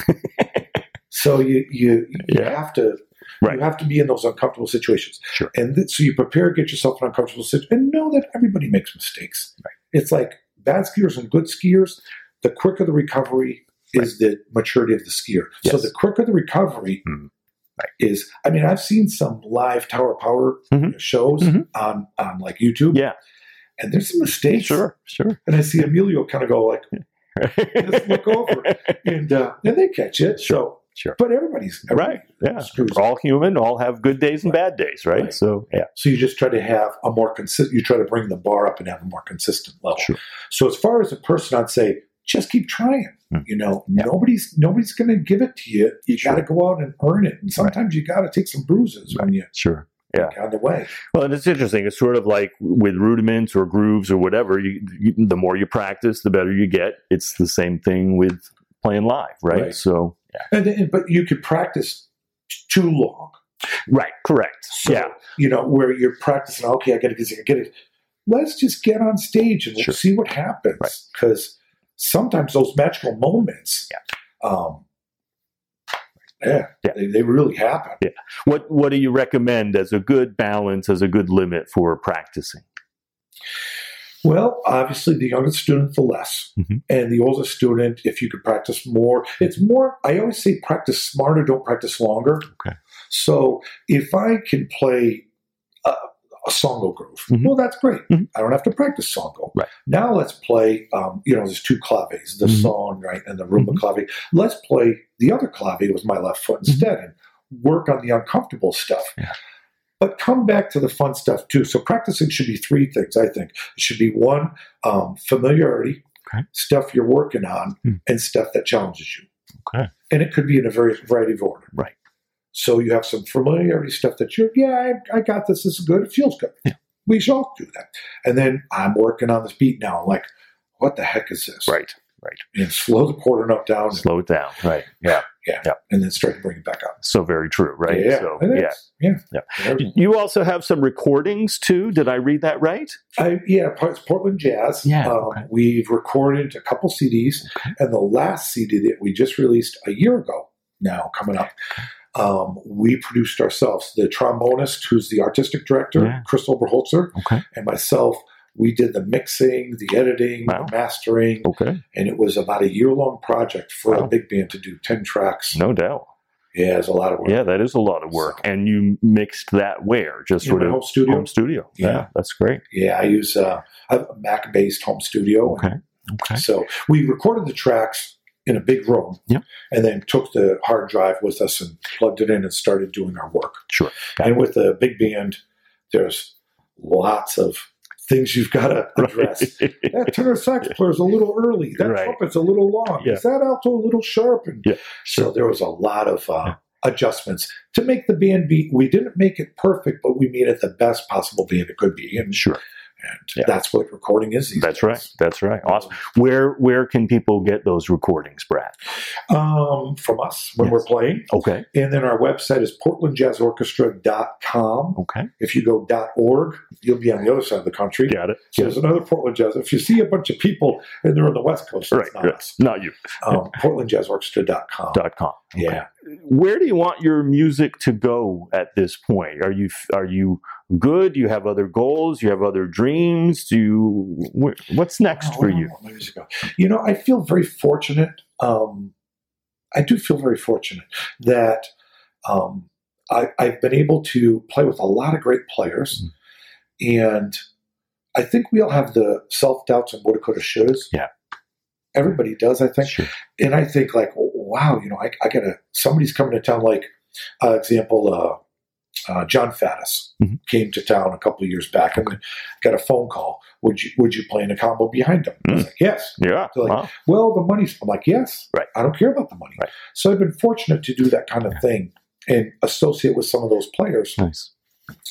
S2: so you you, you
S1: Yeah.
S2: have to
S1: Right.
S2: you have to be in those uncomfortable situations.
S1: Sure.
S2: And th- so you prepare, get yourself in uncomfortable situations, and know that everybody makes mistakes.
S1: Right.
S2: It's like bad skiers and good skiers. The quicker the recovery is the maturity of the skier. So
S1: Yes.
S2: the quicker the recovery.
S1: Mm. Right.
S2: Is I mean I've seen some live Tower Power
S1: Mhm.
S2: shows
S1: Mhm.
S2: on on like YouTube,
S1: Yeah.
S2: and there's some mistakes.
S1: Sure, sure.
S2: And I see Emilio kind of go like, just look over, and uh, and they catch it. So
S1: Sure.
S2: But everybody's
S1: Right. Yeah.
S2: Screws
S1: We're all human, all have good days and bad days, right?
S2: Right.
S1: So, yeah.
S2: So you just try to have a more consistent. You try to bring the bar up and have a more consistent level.
S1: Sure.
S2: So as far as a person, I'd say just keep trying.
S1: Mm.
S2: You know,
S1: Yeah.
S2: nobody's nobody's going to give it to you. You
S1: Sure.
S2: got to go out and earn it, and sometimes you got to take some bruises when you
S1: Sure. Yeah.
S2: on the way.
S1: Well, and it's interesting. It's sort of like with rudiments or grooves or whatever. You, you, the more you practice, the better you get. It's the same thing with playing live, right?
S2: Right.
S1: So,
S2: And, and but you could practice t- too long.
S1: right, correct.
S2: So,
S1: yeah,
S2: You know, where you're practicing, okay, I got to get it, I get it. Let's just get on stage and
S1: Sure.
S2: we'll see what happens.
S1: Right.
S2: Because sometimes those magical moments, um, yeah,
S1: Yeah.
S2: They, they really happen.
S1: What What do you recommend as a good balance, as a good limit for practicing?
S2: Well, obviously, the younger student, the less.
S1: Mhm.
S2: And the older student, if you could practice more, it's more, I always say practice smarter, don't practice longer.
S1: Okay.
S2: So if I can play a, a Songo groove,
S1: Mhm.
S2: well, that's great.
S1: Mhm.
S2: I don't have to practice Songo.
S1: Right.
S2: Now let's play, um, you know, there's two claves, the
S1: Mhm.
S2: song, right, and the rumba clave. Let's play the other clave with my left foot instead and work on the uncomfortable stuff.
S1: Mm-hmm. Yeah.
S2: But come back to the fun stuff too. So practicing should be three things, I think. It should be one, um, familiarity,
S1: Okay.
S2: stuff you're working on,
S1: Hmm.
S2: and stuff that challenges you.
S1: Okay.
S2: And it could be in a very variety of order.
S1: Right.
S2: So you have some familiarity stuff that you're, yeah, I, I got this. This is good. It feels good.
S1: Yeah.
S2: We should all do that. And then I'm working on this beat now. Like, what the heck is this?
S1: Right,
S2: And slow the quarter note down
S1: slow it down. Right, yeah,
S2: and then start to bring it back up.
S1: so very true. Right,
S2: Yeah.
S1: so
S2: And
S1: yeah.
S2: that's- yeah.
S1: Yeah.
S2: There-
S1: You also have some recordings too. Did I read that right?
S2: I, yeah, part- it's Portland Jazz.
S1: Yeah,
S2: Um,
S1: okay.
S2: We've recorded a couple CDs, and the last CD that we just released a year ago now, coming up, um, we produced ourselves. The trombonist, who's the artistic director,
S1: Yeah.
S2: Chris Oberholzer,
S1: Okay,
S2: and myself, we did the mixing, the editing,
S1: Wow.
S2: the mastering,
S1: okay,
S2: and it was about a year long project for
S1: Wow.
S2: a big band to do 10 tracks.
S1: no doubt.
S2: Yeah, it's a lot of work.
S1: Yeah, that is a lot of work. And you mixed that where? Just
S2: In
S1: sort
S2: my
S1: of
S2: home studio.
S1: home studio. Yeah,
S2: Yeah.
S1: that's great.
S2: Yeah, I use uh, I have a Mac based home studio.
S1: Okay. Okay.
S2: So we recorded the tracks in a big room
S1: Yep.
S2: and then took the hard drive with us and plugged it in and started doing our work.
S1: Sure. Got
S2: And with a big band, there's lots of things you've got to address. That tenor sax player's a little early. That
S1: Right.
S2: trumpet's a little long.
S1: Yeah.
S2: Is that alto a little sharp? And
S1: Yeah,
S2: So
S1: sure.
S2: there was a lot of uh,
S1: Yeah.
S2: adjustments to make the band be. We didn't make it perfect, but we made it the best possible band it could be. And
S1: sure.
S2: and
S1: Yeah.
S2: that's what recording is. These
S1: That's
S2: days.
S1: right. That's right. Awesome. Where where can people get those recordings, Brad?
S2: Um, from us when
S1: Yes.
S2: we're playing.
S1: Okay.
S2: And then our website is portlandjazzorchestra.com.
S1: Okay.
S2: If you go .org, you'll be on the other side of the country.
S1: Got it.
S2: So there's another Portland Jazz. If you see a bunch of people and they're on the West Coast,
S1: Right.
S2: that's not
S1: right.
S2: us.
S1: Not you.
S2: Um, portlandjazzorchestra.com.
S1: Dot com. Okay.
S2: Yeah.
S1: Where do you want your music to go at this point? Are you are you good? Do you have other goals? Do you have other dreams? Do you wh- what's next for
S2: Where do I
S1: you?
S2: want my music to go? You know, I feel very fortunate. Um, I do feel very fortunate that um, I, I've been able to play with a lot of great players,
S1: Mm.
S2: and I think we all have the self doubts and woulda, coulda, shouldas.
S1: Yeah.
S2: everybody does. I think,
S1: Sure.
S2: and I think like, wow, you know, I, I gotta. Somebody's coming to town. Like, uh, example, uh, uh, John Faddis
S1: Mhm.
S2: came to town a couple of years back and got a phone call. Would you would you play in a combo behind him?
S1: Mm.
S2: I was like, yes.
S1: Yeah.
S2: So, like,
S1: wow.
S2: Well, the money's. I'm like, yes.
S1: Right.
S2: I don't care about the money.
S1: Right.
S2: So I've been fortunate to do that kind of thing and associate with some of those players.
S1: Nice.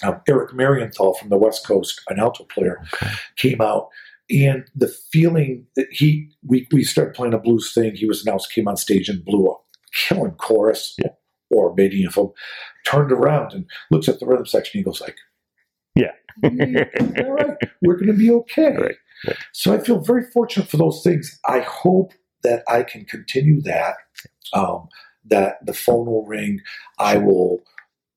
S2: Um, Eric Marienthal from the West Coast, an alto player,
S1: Okay.
S2: came out. And the feeling that he, we, we started playing a blues thing. He was announced, came on stage and blew a killing chorus
S1: Yeah.
S2: or maybe if him, turned around and looks at the rhythm section. He goes like,
S1: Yeah.
S2: "Mm, all right, we're going to be okay.
S1: Right, right.
S2: So I feel very fortunate for those things. I hope that I can continue that. Um, that the phone will ring. I will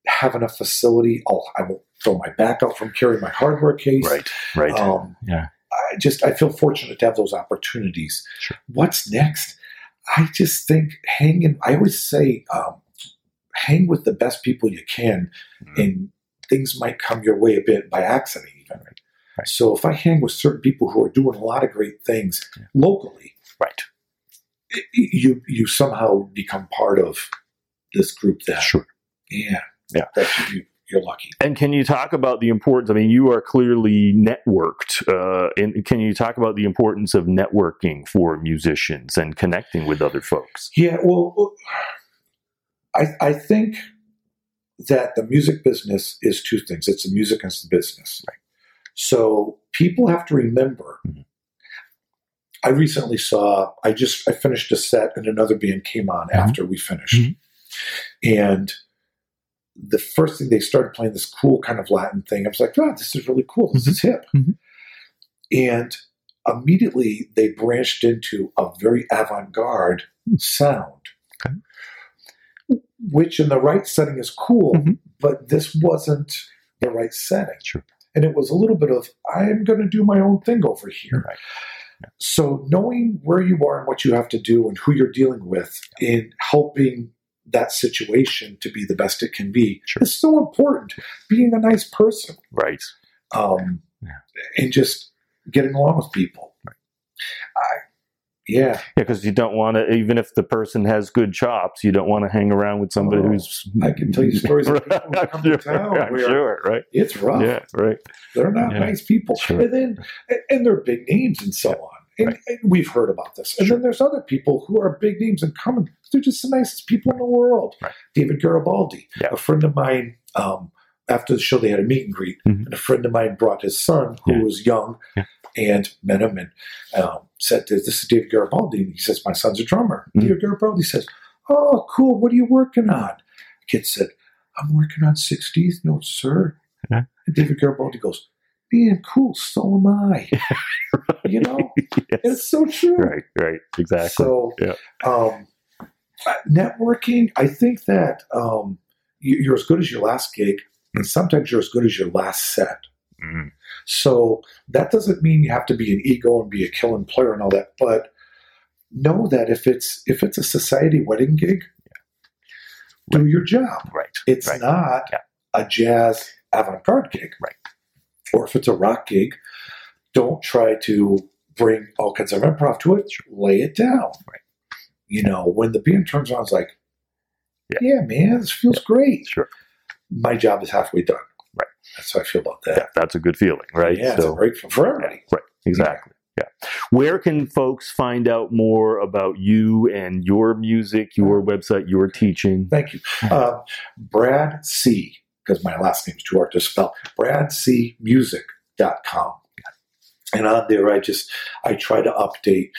S2: have enough facility. I'll, I will throw my back out from carrying my hardware case.
S1: Right. Right.
S2: Um,
S1: Yeah.
S2: I just I feel fortunate to have those opportunities.
S1: Sure.
S2: What's next? I just think hanging. I always say, um, hang with the best people you can,
S1: Mm.
S2: and things might come your way a bit by accident, even.
S1: Right.
S2: So if I hang with certain people who are doing a lot of great things
S1: Yeah.
S2: locally,
S1: Right.
S2: y- you you somehow become part of this group that.
S1: Sure.
S2: Yeah.
S1: Yeah.
S2: That's, you, you're lucky.
S1: And can you talk about the importance? I mean, you are clearly networked. Uh, and can you talk about the importance of networking for musicians and connecting with other folks?
S2: Yeah, well, I, I think that the music business is two things it's the music and it's the business. So people have to remember.
S1: Mhm.
S2: I recently saw, I just I finished a set and another band came on
S1: Mhm.
S2: after we finished.
S1: Mhm.
S2: And the first thing they started playing this cool kind of Latin thing. I was like, wow, this is really cool. This is hip.
S1: Mhm.
S2: And immediately they branched into a very avant garde sound,
S1: Okay.
S2: which in the right setting is cool,
S1: Mhm.
S2: but this wasn't the right setting.
S1: Sure.
S2: And it was a little bit of, I'm going to do my own thing over here.
S1: Right.
S2: So knowing where you are and what you have to do and who you're dealing with in helping that situation to be the best it can be
S1: Sure.
S2: is so important. Being a nice person
S1: Right.
S2: um,
S1: Yeah.
S2: and just getting along with people. I, yeah.
S1: Yeah, because you don't want to, even if the person has good chops, you don't want to hang around with somebody
S2: Oh,
S1: who's.
S2: I can tell you stories of people who
S1: I'm
S2: come to
S1: sure,
S2: town
S1: I'm
S2: where-
S1: sure, right?
S2: It's rough.
S1: Yeah, right.
S2: They're not
S1: Yeah.
S2: nice people.
S1: Sure.
S2: And then, and they're big names and so
S1: Yeah.
S2: on. And,
S1: Right.
S2: and we've heard about this. And
S1: Sure.
S2: then there's other people who are big names and common. They're just the nicest people in the world.
S1: Right.
S2: David Garibaldi,
S1: Yeah.
S2: a friend of mine, um, after the show, they had a meet and greet.
S1: Mhm.
S2: And a friend of mine brought his son, who
S1: Yeah.
S2: was young,
S1: Yeah.
S2: and met him and um, said, This is David Garibaldi. And he says, My son's a drummer.
S1: Mhm.
S2: David Garibaldi says, Oh, cool. What are you working on? Kid said, I'm working on 60th notes, sir.
S1: Yeah.
S2: And David Garibaldi goes, Man, cool, so am I. You know?
S1: Yes.
S2: Oh. It's so true.
S1: Right, right, exactly.
S2: So,
S1: Yeah.
S2: um, networking, I think that um, you- you're as good as your last gig, and sometimes you're as good as your last set.
S1: Mm.
S2: So that doesn't mean you have to be an ego and be a killing player and all that, but know that if it's if it's a society wedding gig, do your job.
S1: Right.
S2: It's
S1: Right.
S2: not
S1: Yeah.
S2: a jazz avant-garde gig,
S1: Right.
S2: Or if it's a rock gig, don't try to bring all kinds of improv to it. Lay it down.
S1: Right.
S2: You know, when the band turns on, it's like,
S1: Yeah.
S2: yeah, man, this feels great.
S1: Sure.
S2: My job is halfway done.
S1: Right.
S2: That's how I feel about that.
S1: Yeah, that's a good feeling, right?
S2: Yeah, it's a great for everybody.
S1: Right, exactly. Yeah. Where can folks find out more about you and your music, your website, your teaching?
S2: Thank you. Uh, Brad C, because my last name's too hard to spell, bradcmusic.com. And on there, I just, I try to update.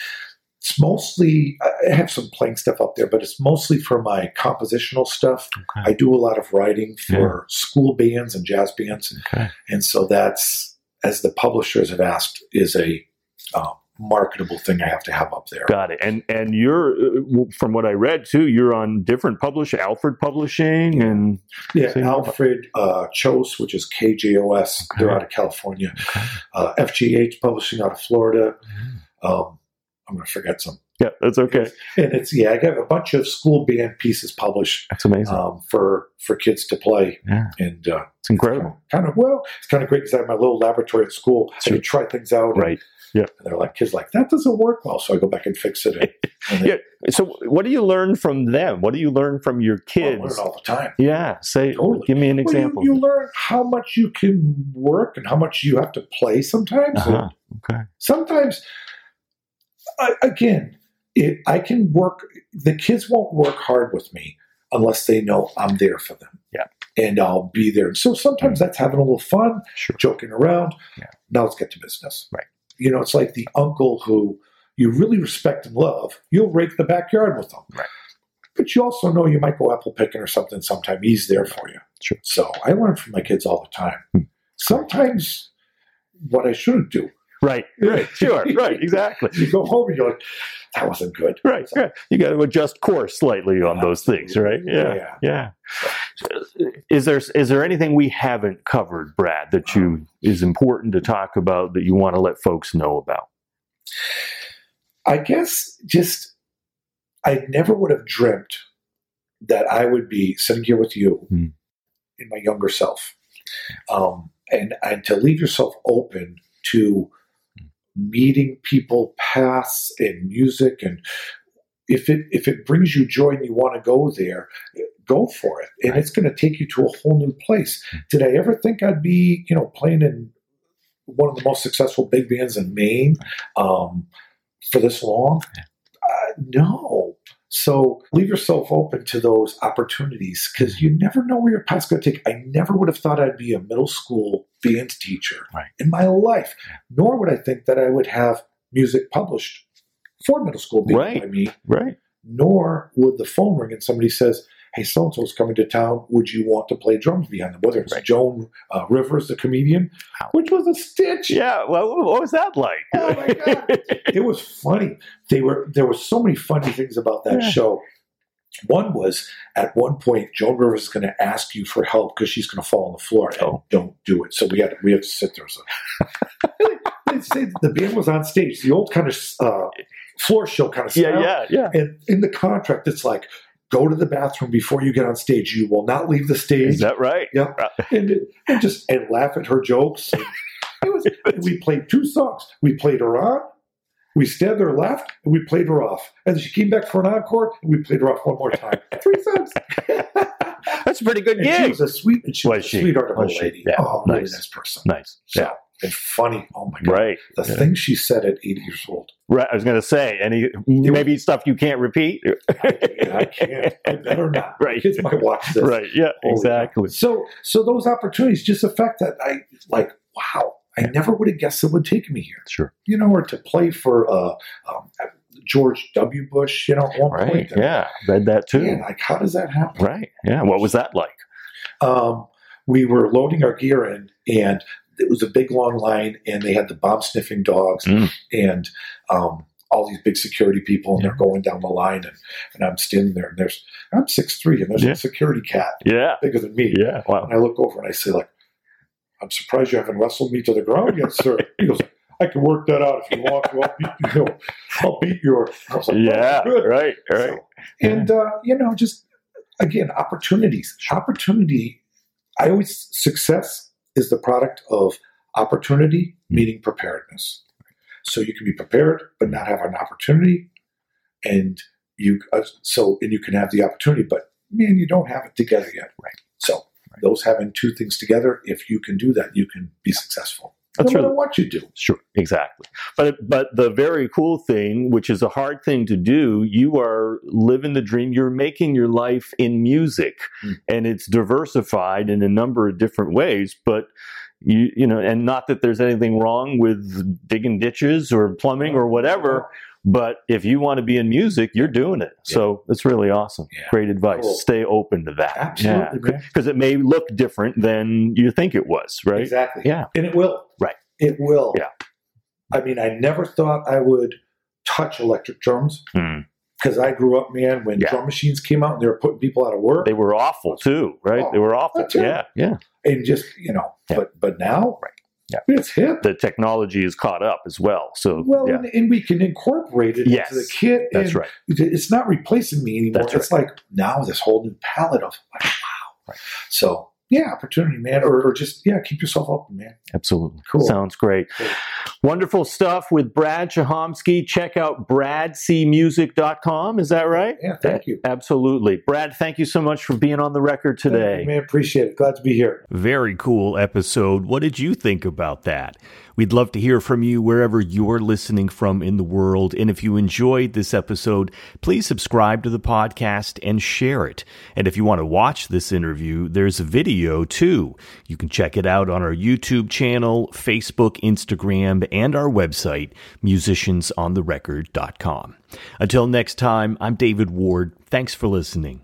S2: It's mostly, I I have some playing stuff up there, but it's mostly for my compositional stuff.
S1: Okay.
S2: I do a lot of writing for school bands and jazz bands.
S1: Okay.
S2: And so that's, as the publishers have asked, is a um, marketable thing I have to have up there.
S1: Got it. And and you're uh, w- from what I read too, you're on different publish Alfred Publishing and
S2: Yeah,
S1: So you-
S2: Alfred uh, Chose, which is KJOS. They're
S1: Okay.
S2: out of California. Uh, FGH Publishing out of Florida.
S1: Mm-hmm.
S2: Um, I'm going to forget some.
S1: yeah, that's okay.
S2: And it's yeah, I got a bunch of school band pieces published
S1: That's amazing.
S2: um, for for kids to play.
S1: Yeah,
S2: And uh,
S1: it's incredible.
S2: kind of well, it's kind of great because I have my little laboratory at school. I
S1: Sure.
S2: can try things out.
S1: Right.
S2: And they're like kids, like that doesn't work well. So I go back and fix it. And, and
S1: Yeah, So, what do you learn from them? What do you learn from your
S2: they
S1: kids?
S2: learn all the time.
S1: Yeah, say,
S2: Totally.
S1: give me an
S2: Well, you-
S1: example.
S2: you, learn how much you can work and how much you have to play sometimes. and
S1: Uh-huh. Okay.
S2: sometimes I, again it, i can work the kids won't work hard with me unless they know i'm there for them
S1: Yeah. Mm-hmm.
S2: and i'll be there so sometimes that's having a little fun
S1: Sure.
S2: joking around
S1: Yeah.
S2: now let's get to business
S1: Right.
S2: you know it's like the uncle who you really respect and love you'll rake the backyard with them
S1: Right.
S2: but you also know you might go apple picking or something sometime he's there for you
S1: Sure.
S2: so i learn from my kids all the time
S1: Hmm.
S2: sometimes what i shouldn't do
S1: Right. Right. Sure. right. Exactly.
S2: you go home and you're like, that wasn't good.
S1: Right.
S2: So-
S1: Right. You got to adjust course slightly on those things, right? Yeah.
S2: yeah.
S1: Yeah. Is there is there anything we haven't covered, Brad, that you is important to talk about that you want to let folks know about?
S2: I guess just, I never would have dreamt that I would be sitting here with you
S1: Hmm.
S2: in my younger self. Um, and, and to leave yourself open to meeting people, paths, and music. And if it, if it brings you joy and you want to go there, go for it. And it's going to take you to a whole new place.
S1: Hmm.
S2: Did I ever think I'd be, you know, playing in one of the most successful big bands in Maine um, for this long? Uh, no. So leave yourself open to those opportunities because
S1: Hmm.
S2: you never know where your path's going to take. I never would have thought I'd be a middle school band teacher
S1: Right.
S2: in my life, nor would I think that I would have music published for middle school band
S1: Right.
S2: by me
S1: Right.
S2: nor would the phone ring and somebody says, "Hey, so and so's coming to town. Would you want to play drums behind them?" Whether it's
S1: Right.
S2: Joan uh, Rivers, the comedian,
S1: Ouch.
S2: which was a stitch.
S1: Yeah. Well, what was that like?
S2: Oh my God. It was funny. They were there were so many funny things about that
S1: Yeah.
S2: show. One was at one point Joan Rivers is going to ask you for help because she's going to fall on the floor and
S1: Oh.
S2: don't do it. So we had we have to sit there. So. they say that the band was on stage, the old kind of uh, floor show kind of style.
S1: yeah. Yeah. Yeah.
S2: And in the contract, it's like, go to the bathroom before you get on stage. You will not leave the
S1: Is
S2: stage.
S1: that right?
S2: and, it- and just and laugh at her jokes. And it was. and we played two songs. We played her on. We stabbed her left, and we played her off. And she came back for an encore, and we played her off one more time. Three times.
S1: That's a pretty good
S2: And she
S1: gig.
S2: was a sweet, and she was,
S1: Was
S2: a
S1: she?
S2: sweetheart of a
S1: Was she?
S2: lady.
S1: Yeah,
S2: Oh, really
S1: nice.
S2: nice person.
S1: Nice.
S2: So,
S1: Yeah.
S2: and funny. Oh my god,
S1: Right.
S2: the
S1: Yeah.
S2: things she said at 80 years old.
S1: Right. I was going to say, any maybe stuff you can't repeat.
S2: Yeah, I can't. I better not.
S1: Right.
S2: Kids might watch this. Oh,
S1: right. Yeah.
S2: Holy
S1: Exactly.
S2: cow. So so those opportunities, just the fact that I like, wow, I never would have guessed it would take me here.
S1: Sure.
S2: You know, or to play for uh, um, George W. Bush. You know, at one
S1: Right.
S2: point.
S1: Yeah. Read that too.
S2: Man, like how does that happen?
S1: Right. Yeah. What was that like?
S2: um, we were loading our gear in, and it was a big long line, and they had the bomb sniffing dogs
S1: Mm.
S2: and um, all these big security people, and they're going down the line, and, and I'm standing there, and there's I'm six three, and there's
S1: Yeah.
S2: a security cat
S1: Yeah.
S2: bigger than me,
S1: Yeah. Wow.
S2: and I look over and I say like, "I'm surprised you haven't wrestled me to the ground yet, sir." He goes. I can work that out if you want to. I'll beat you. know, I'll beat your. I was like, "Oh,
S1: Yeah.
S2: good."
S1: Right. Right.
S2: So- and uh, you know, just again, opportunities. Opportunity. I always success is the product of opportunity
S1: Mm.
S2: meeting preparedness. So you can be prepared but not have an opportunity, and you uh, so and you can have the opportunity, but man, you don't have it together yet.
S1: Right.
S2: So those having two things together, if you can do that, you can be successful.
S1: That's
S2: no
S1: really
S2: matter what you do.
S1: Sure, exactly. But but the very cool thing, which is a hard thing to do, you are living the dream. You're making your life in music,
S2: Mm.
S1: and it's diversified in a number of different ways. But you you know, and not that there's anything wrong with digging ditches or plumbing or whatever. But if you want to be in music, you're doing it. So it's really awesome.
S2: Yeah.
S1: Great advice.
S2: Cool.
S1: Stay open to that.
S2: Absolutely, man.
S1: Because it may look different than you think it was, right?
S2: Exactly.
S1: Yeah.
S2: And it will.
S1: Right.
S2: It will.
S1: Yeah.
S2: I mean, I never thought I would touch electric drums
S1: Mm.
S2: because I grew up, man, when
S1: Yeah.
S2: drum machines came out and they were putting people out of work
S1: They were awful too, right?
S2: Oh,
S1: they were awful.
S2: that's right.
S1: Yeah, yeah.
S2: and just, you know,
S1: Yeah.
S2: but but now
S1: Right. Yeah.
S2: it's hip.
S1: the technology is caught up as well. So
S2: Well,
S1: yeah,
S2: and, and we can incorporate it
S1: Yes.
S2: into the kit.
S1: that's
S2: and
S1: right.
S2: It's not replacing me anymore.
S1: That's
S2: It's like now this whole new palette of like, wow.
S1: Right.
S2: So, yeah, opportunity, man. Or, or just, yeah, keep yourself open, man.
S1: Absolutely.
S2: Cool.
S1: Sounds great.
S2: Cool.
S1: Wonderful stuff with Brad Chahomsky. Check out bradcmusic.com. Is that right?
S2: Yeah, thank you.
S1: Absolutely. Brad, thank you so much for being on the record today.
S2: Thank you, man, appreciate it. Glad to be here.
S3: Very cool episode. What did you think about that? We'd love to hear from you wherever you're listening from in the world. And if you enjoyed this episode, please subscribe to the podcast and share it. And if you want to watch this interview, there's a video too. You can check it out on our YouTube channel, Facebook, Instagram, and our website, musiciansontherecord.com. Until next time, I'm David Ward. Thanks for listening.